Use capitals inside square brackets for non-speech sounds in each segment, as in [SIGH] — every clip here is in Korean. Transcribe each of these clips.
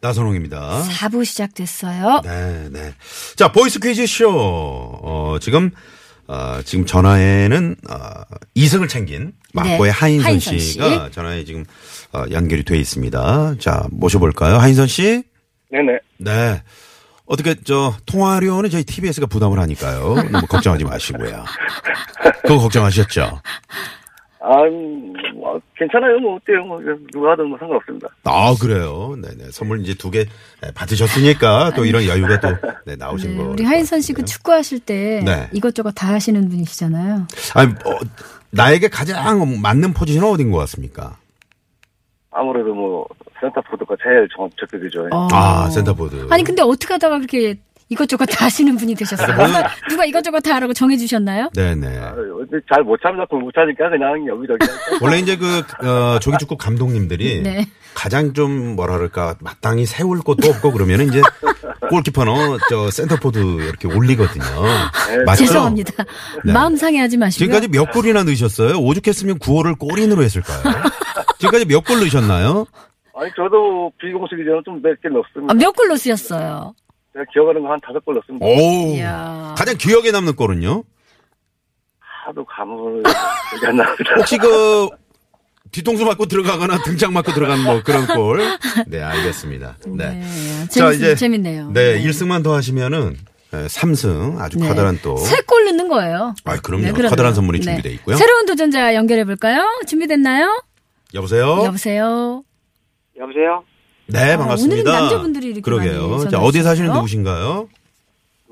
나선홍입니다. 4부 시작됐어요. 네, 음, 네. 자, 보이스 퀴즈 쇼. 어, 지금, 어, 지금 전화에는, 어, 이승을 챙긴 막고의 네, 하인선, 하인선 씨가 전화에 지금, 어, 연결이 돼 있습니다. 자, 모셔볼까요? 하인선 씨? 네네. 네. 어떻게, 저, 통화료는 저희 TBS가 부담을 하니까요. 너무 걱정하지 마시고요. 그거 걱정하셨죠? 아, 음, 뭐, 괜찮아요. 뭐, 어때요. 뭐, 누가 하든 뭐 상관없습니다. 아, 그래요. 네네. 선물 이제 두 개 네, 받으셨으니까 또 이런 여유가 또 네, 나오신 네, 거예요. 우리 하인선 씨 그 축구하실 때 네. 이것저것 다 하시는 분이시잖아요. 아니, 어, 나에게 가장 맞는 포지션은 어딘 것 같습니까? 아무래도 뭐, 센터포드가 제일 정, 적극이죠. 어. 아, 센터보드. 아니, 그- 근데 어떻게 하다가 그렇게 이것저것 다 하시는 분이 되셨어요? 누가, 누가 이것저것 다 하라고 정해주셨나요? 네네. 잘못 참다 보면 못 참으니까 [LAUGHS] 그냥 여기저기. 하죠. 원래 이제 그, 어, 조기축구 감독님들이 네. 가장 좀 뭐라 그럴까, 마땅히 세울 것도 없고 그러면 이제 골키퍼는 저 센터포드 이렇게 올리거든요. 맞죠? 죄송합니다. 네. 마음 상해하지 마시고요. 지금까지 몇 골이나 넣으셨어요? 오죽했으면 9호를 골인으로 했을까요? 지금까지 몇 골 [LAUGHS] 넣으셨나요? 아니, 저도 비공식 이전에 좀몇개 아, 넣었습니다. 어? 몇 골로 쓰였어요? 제가 기억하는 거 한 다섯 골 넣었습니다. 오. 이야. 가장 기억에 남는 골은요? 하도 감을 [LAUGHS] 되게 안 나옵니다. 혹시 그 뒤통수 맞고 들어가거나 등짝 맞고 들어간 뭐 그런 골. 네, 알겠습니다. 네. 네, 자, 재밌- 재밌네요. 네, 네. 일승만더 하시면은 네, 3승 아주 네. 커다란 또. 세 골 넣는 거예요. 아, 그럼요. 그러네요. 커다란 선물이 네. 준비되어 있고요. 새로운 도전자 연결해볼까요? 준비됐나요? 여보세요? 여보세요? 여보세요? 네, 아, 반갑습니다. 오늘은 남자분들이 이렇게 그러게요. 많이 자, 어디 전화주셨어요? 사시는 누구신가요?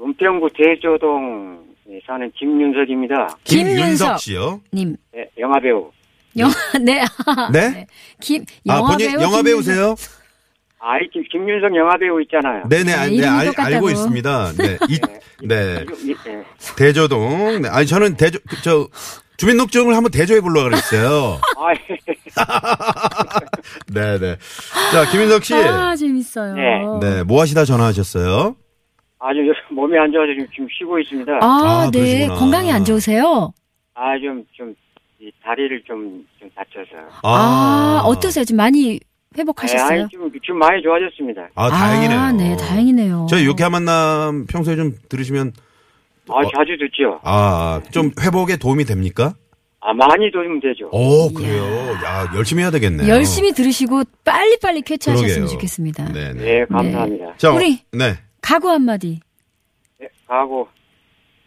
은평구 대조동 사는 김윤석입니다. 예, 김윤석. 씨요. 님. 영화배우. 영화, [LAUGHS] 네. 아, 네? 김, 아, 영화 본인 배우. 영화 김윤석. 배우세요? 아이, 김윤석 영화배우 있잖아요. 네, 네, 아, 네, 네, 이름이 알, 똑같다고. 알고 있습니다. 네. 이, 네. 네. 대조동. 네, 아니 저는 대조 그, 저 주민등록증을 한번 대조해 보려고 그랬어요. 아, 네, 네. 자, 김윤석 씨. 아, 재밌어요. 네. 네, 뭐 하시다 전화하셨어요? 아주 몸이 안 좋아서 지금 쉬고 있습니다. 아, 아, 네. 그러시구나. 건강이 안 좋으세요? 아, 좀, 좀, 이 다리를 좀, 좀 다쳐서. 아, 어떠세요? 지금 많이 네, 회복하셨어요? 아니, 좀, 좀 많이 좋아졌습니다. 아, 다행이네요. 아, 네, 다행이네요. 저희 유쾌한 만남 평소에 좀 들으시면 아, 어. 자주 듣죠. 아, 좀 회복에 도움이 됩니까? 아, 많이 도움 되죠. 오, 그래요. 야, 열심히 해야 되겠네요. 열심히 들으시고 빨리빨리 쾌차하셨으면 그러게요. 좋겠습니다. 네, 네. 네, 감사합니다. 자, 우리. 네. 각오 한마디. 네, 가고,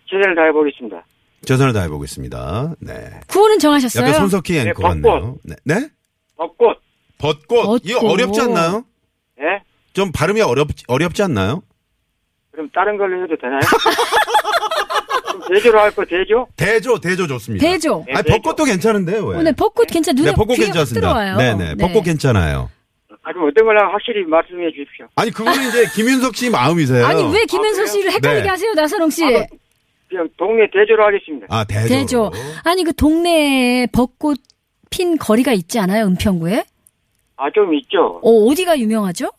최선을 다해 보겠습니다. 최선을 다해 보겠습니다. 네. 구호는 정하셨어요? 약간 손석희 네, 앵커 같네요. 벚꽃. 네. 네? 벚꽃! 벚꽃. 이거 벚꽃. 어렵지 않나요? 예? 좀 발음이 어렵 어렵지 않나요? 그럼 다른 걸로 [LAUGHS] 해도 되나요? 그럼 대조로 할 거 되죠? 대조, 대조 좋습니다. 대조. 아니, 벚꽃도 괜찮은데요, 왜? 오늘 벚꽃 괜찮, 눈에 네, 벚꽃 귀에 확 괜찮습니다. 들어와요. 네, 네. 벚꽃 괜찮아요. 아, 그럼 어떤 걸로 확실히 말씀해 주십시오. 아니 그거는 [LAUGHS] 이제 김윤석 씨 마음이세요. 아니, 왜 김현수 아, 씨를 헷갈리게 네. 하세요, 나선홍 씨? 그냥 동네 대조로 하겠습니다. 아 대조. 대조. 아니 그 동네에 벚꽃 핀 거리가 있지 않아요? 은평구에? 아, 좀 있죠? 어, 어디가 유명하죠?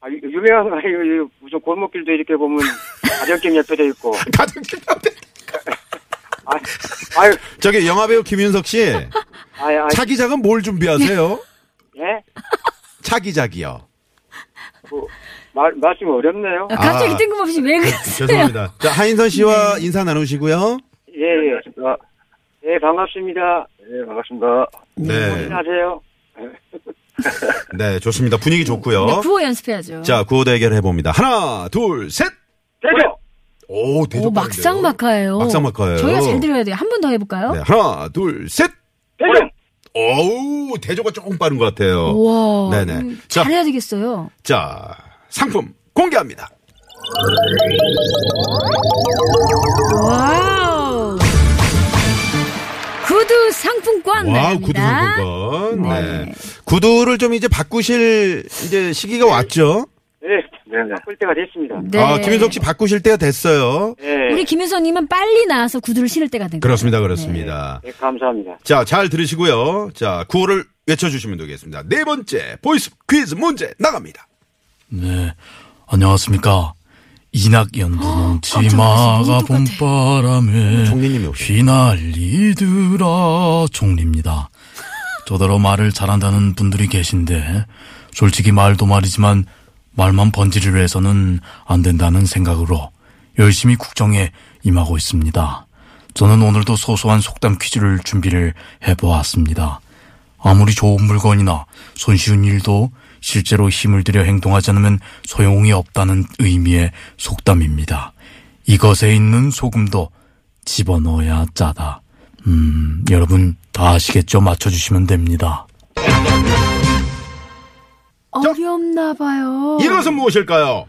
아, 유- 유명한 거 아니에요. 무슨 골목길도 이렇게 보면 가정집 옆에도 있고. 가득 찼는데. 아, 아유, 저기 영화배우 김윤석 씨 아유, 아유, 차기작은 뭘 네. 준비하세요? 예? 차기작이요. 뭐, 말, 말씀 어렵네요. 아, 갑자기 아. 뜬금없이 왜 그러세요? 죄송합니다. 자 하인선 네. 씨와 인사 나누시고요. 예, 예. 아, 예, 반갑습니다. 예, 반갑습니다. 네, 안녕하세요. 네 좋습니다. 분위기 네, 좋고요. 구호 연습해야죠. 자 구호 대결 해봅니다. 하나, 둘, 셋. 대조! 오 대조. 오, 막상 막하예요. 막상 막하예요. 저희가 잘 들어야 돼요. 한 번 더 해볼까요? 네, 하나, 둘, 셋. 대조! 오우 대조가 조금 빠른 것 같아요. 우와. 네네. 음, 자. 잘해야 되겠어요. 자, 상품 공개합니다. 와우. 구두 상품권. 와우, 나갑니다. 구두 상품권. 네. 네. 구두를 좀 이제 바꾸실 이제 시기가 왔죠? 네네. 예, 바꿀 때가 됐습니다. 네. 아, 김윤석 씨 바꾸실 때가 됐어요. 네. 우리 김윤서님은 빨리 나와서 구두를 신을 때가 된 거예요. 그렇습니다, 그렇습니다. 네, 감사합니다. 자, 잘 들으시고요. 자, 구호를 외쳐주시면 되겠습니다. 네 번째 보이스 퀴즈 문제 나갑니다. 네. 안녕하십니까. 이낙연분 깜짝 놀랐어. 치마가 너무 똑같아. 봄바람에 총리님이 어, 오셨네. 휘날리더라 총리입니다. 저더러 말을 잘한다는 분들이 계신데 솔직히 말도 말이지만 말만 번지르려 해서는 안 된다는 생각으로 열심히 국정에 임하고 있습니다. 저는 오늘도 소소한 속담 퀴즈를 준비를 해보았습니다. 아무리 좋은 물건이나 손쉬운 일도 실제로 힘을 들여 행동하지 않으면 소용이 없다는 의미의 속담입니다. 이것에 있는 소금도 집어넣어야 짜다. 음, 여러분 다 아시겠죠? 맞춰주시면 됩니다. 어렵나 봐요. 이것은 무엇일까요?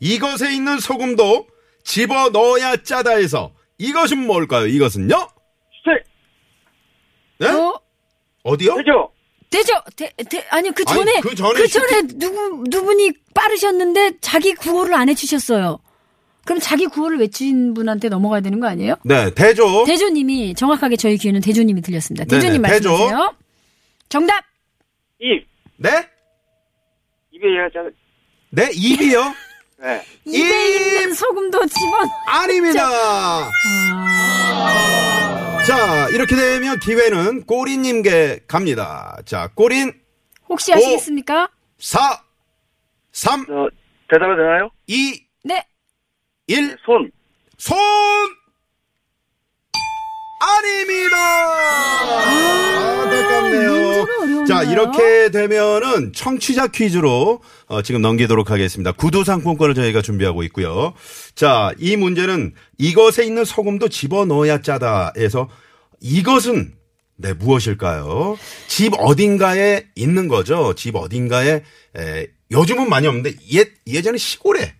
이것에 있는 소금도 집어 넣어야 짜다 해서 이것은 뭘까요? 이것은요? 세, 네? 어? 어디요? 되죠? 되죠? 대, 대, 아니요, 그 전에, 아니, 그 전에 그 전에 누구, 누분이 빠르셨는데 자기 구호를 안 해주셨어요. 그럼 자기 구호를 외친 분한테 넘어가야 되는 거 아니에요? 네, 대조. 대조님이, 정확하게 저희 귀에는 대조님이 들렸습니다. 대조님 네네, 대조. 말씀하세요. 정답! 입. 네? 입에 여자, 네, 입이요? 네. 입에 있는 소금도 집어. 아닙니다. 자, 이렇게 되면 기회는 꼬리님께 갑니다. 자, 꼬린 혹시 아시겠습니까? 4, 3, 어, 대답해도 되나요? 2, 네. 1, 손. 손! 아닙니다! 아, 안타깝네요. 문제가 어려웠나요? 자, 이렇게 되면은 청취자 퀴즈로 어, 지금 넘기도록 하겠습니다. 구두 상품권을 저희가 준비하고 있고요. 자, 이 문제는 이것에 있는 소금도 집어넣어야 짜다 해서 이것은 네, 무엇일까요? 집 어딘가에 있는 거죠. 집 어딘가에 에, 요즘은 많이 없는데 예, 예전에 시골에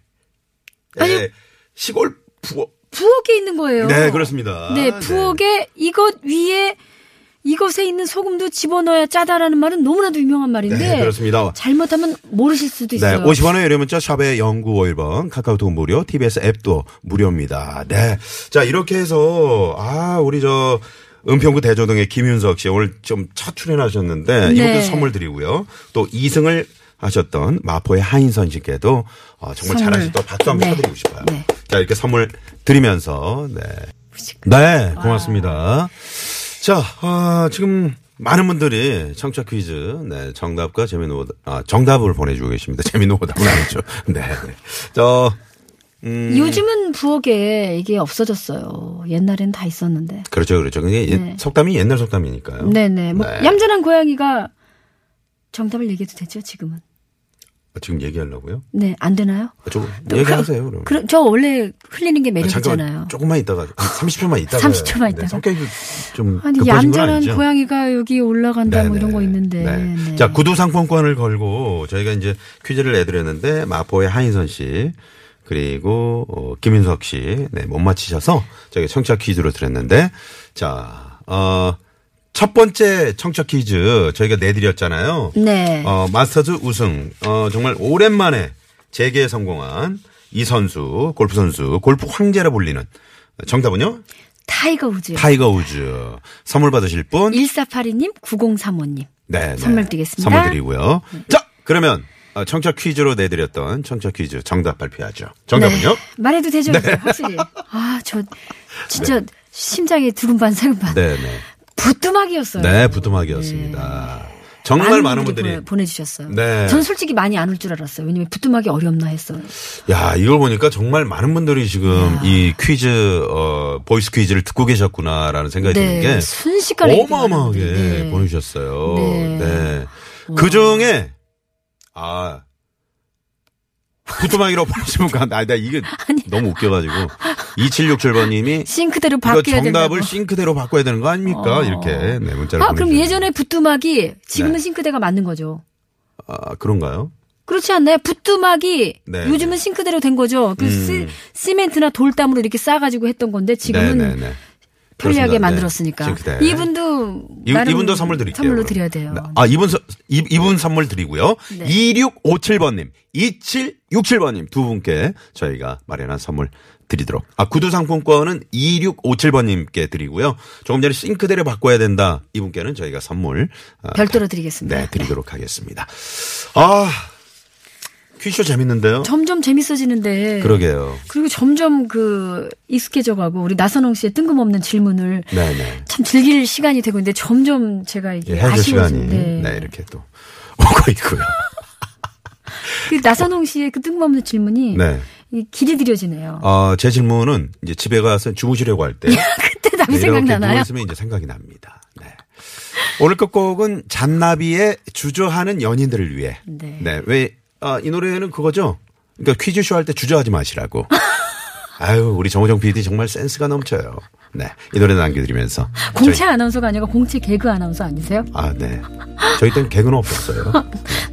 에, 시골 부엌 부엌에 있는 거예요. 네, 그렇습니다. 네, 부엌에 이것 위에 이것에 있는 소금도 집어넣어야 짜다라는 말은 너무나도 유명한 말인데 네, 그렇습니다. 잘못하면 모르실 수도 네, 있어요. 50원의 유료 문자 샵의 0951번 카카오톡 무료, TBS 앱도 무료입니다. 네. 자, 이렇게 해서 아, 우리 저 은평구 대조동의 김윤석 씨 오늘 좀 첫 출연하셨는데 네. 이분도 선물 드리고요. 또 2승을 하셨던 마포의 하인선 씨께도 어, 정말 선물. 잘하셨던 박수 한번 네. 쳐드리고 싶어요. 네. 자, 이렇게 선물 드리면서 네. 네, 고맙습니다. 자, 아, 지금 많은 분들이 청취자 퀴즈, 네, 정답과 재미있는 오답, 아, 정답을 보내주고 계십니다. [LAUGHS] 재미있는 오답은 아니죠. 네. 네. 저, 음. 요즘은 부엌에 이게 없어졌어요. 옛날엔 다 있었는데. 그렇죠, 그렇죠. 그게 옛- 네. 속담이 옛날 속담이니까요. 네네. 뭐 네. 얌전한 고양이가 정답을 얘기해도 되죠 지금은. 아, 지금 얘기하려고요? 네, 안 되나요? 조금 얘기하세요, 그럼. 아, 그럼 저 원래 흘리는 게 음. 아, 잠깐만, 매력이잖아요. 조금만 있다가, 한 30초만 있다가. 네, 30 초만 있다가. 성격이 좀. 급해진 아니 그 건 얌전한 그 아니죠? 고양이가 여기 올라간다 뭐 네네. 이런 거 있는데. 네. 네. 자, 구두 상품권을 걸고 저희가 이제 퀴즈를 내드렸는데 마포의 하인선 씨 그리고 어, 김윤석 씨, 네, 못 맞히셔서 저희 청취자 퀴즈로 드렸는데 자, 어, 첫 번째 청취자 퀴즈 저희가 내드렸잖아요. 네. 어, 마스터즈 우승. 어, 정말 오랜만에 재기에 성공한 이 선수, 골프 선수, 골프 황제라 불리는 정답은요? 타이거 우즈요. 타이거 우즈. 선물 받으실 분 1482님, 9035님. 네, 네. 선물 드리겠습니다. 선물 드리고요. 자, 그러면 어, 청취자 퀴즈로 내드렸던 청취자 퀴즈 정답 발표하죠. 정답은요? 말해도 되죠, 네. 이제 [LAUGHS] 확실히. 아, 저 진짜 심장이 두근반 세근반. 네, 네. 부뚜막이었어요. 네, 부뚜막이었습니다. 정말 많은 분들이. 네. 보내, 주셨어요 네. 전 솔직히 많이 안 올 줄 알았어요. 왜냐면 부뚜막이 어렵나 했어요. 야, 이걸 보니까 정말 많은 분들이 지금 이 퀴즈, 어, 보이스 퀴즈를 듣고 계셨구나라는 생각이 드는 네. 게 순식간에 이렇게 많은 어마어마하게 분들이, 네. 보내주셨어요. 네. 네. 그 중에, 아, 부뚜막이라고 [LAUGHS] 보내주신 분, 아, 나 [LAUGHS] 이게 너무 웃겨가지고. 2767번님이 싱크대로 이거 바뀌어야 된다고. 정답을 싱크대로 바꿔야 되는 거 아닙니까? 어. 이렇게 네, 문자를 아, 그럼 보내주셨는데. 예전에 부뚜막이 지금은 네. 싱크대가 맞는 거죠. 아, 그런가요? 그렇지 않나요? 부뚜막이 네. 음. 요즘은 싱크대로 된 거죠. 그 시- 시멘트나 돌담으로 이렇게 싸가지고 했던 건데 지금은 네, 네, 네. 편리하게 그렇습니다. 네. 만들었으니까. 싱크대. 이분도 이분도 이, 나름 이분도 선물 드릴게요. 선물로 그럼. 드려야 돼요. 아, 이분, 선- 이, 이분 선물 드리고요. 네. 2657번님, 2767번님 두 분께 저희가 마련한 선물 드리도록. 아, 구두 상품권은 2657번님께 드리고요. 조금 전에 싱크대를 바꿔야 된다. 이분께는 저희가 선물. 아, 별도로 드리겠습니다. 네, 드리도록 하겠습니다. 아, 퀴쇼 재밌는데요? 점점 재밌어지는데 그러게요. 그리고 점점 그 익숙해져가고 우리 나선홍 씨의 뜬금없는 질문을 네네. 참 즐길 시간이 되고 있는데 점점 제가 예, 이게 해줄 시간이. 네, 아쉬워지는데 네, 이렇게 또 오고 있고요. 그 나선홍 씨의 그 뜬금없는 질문이 네. 이 길이 들여지네요. 아, 제 질문은 이제 집에 가서 주무시려고 할 네. 때. [LAUGHS] 그때 답이 생각나나요? 있으면 네, 이제 생각이 납니다. 네. 오늘 끝곡은 잔나비의 주저하는 연인들을 위해. 네. 왜, 아, 이 노래는 그거죠? 그러니까 퀴즈쇼 할 때 주저하지 [LAUGHS] 마시라고. 아유, 우리 정호정 PD 정말 센스가 넘쳐요. 네. 이 노래 남겨드리면서. 공채 저희- 아나운서가 아니고 공채 개그 아나운서 아니세요? 아, 네. 저희 때는 개그는 없었어요.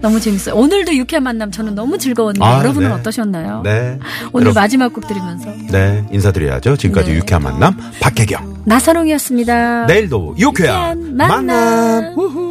너무 재밌어요. 오늘도 유쾌한 만남 저는 너무 즐거웠는데 아, 여러분은 네. 어떠셨나요? 네. [LAUGHS] 오늘 여러분- 마지막 곡 들으면서 네. 인사드려야죠. 지금까지 네. 유쾌한 만남 박혜경. 나선홍이었습니다. 내일도 네, 유쾌한, 유쾌한 만남. 만남. 우후.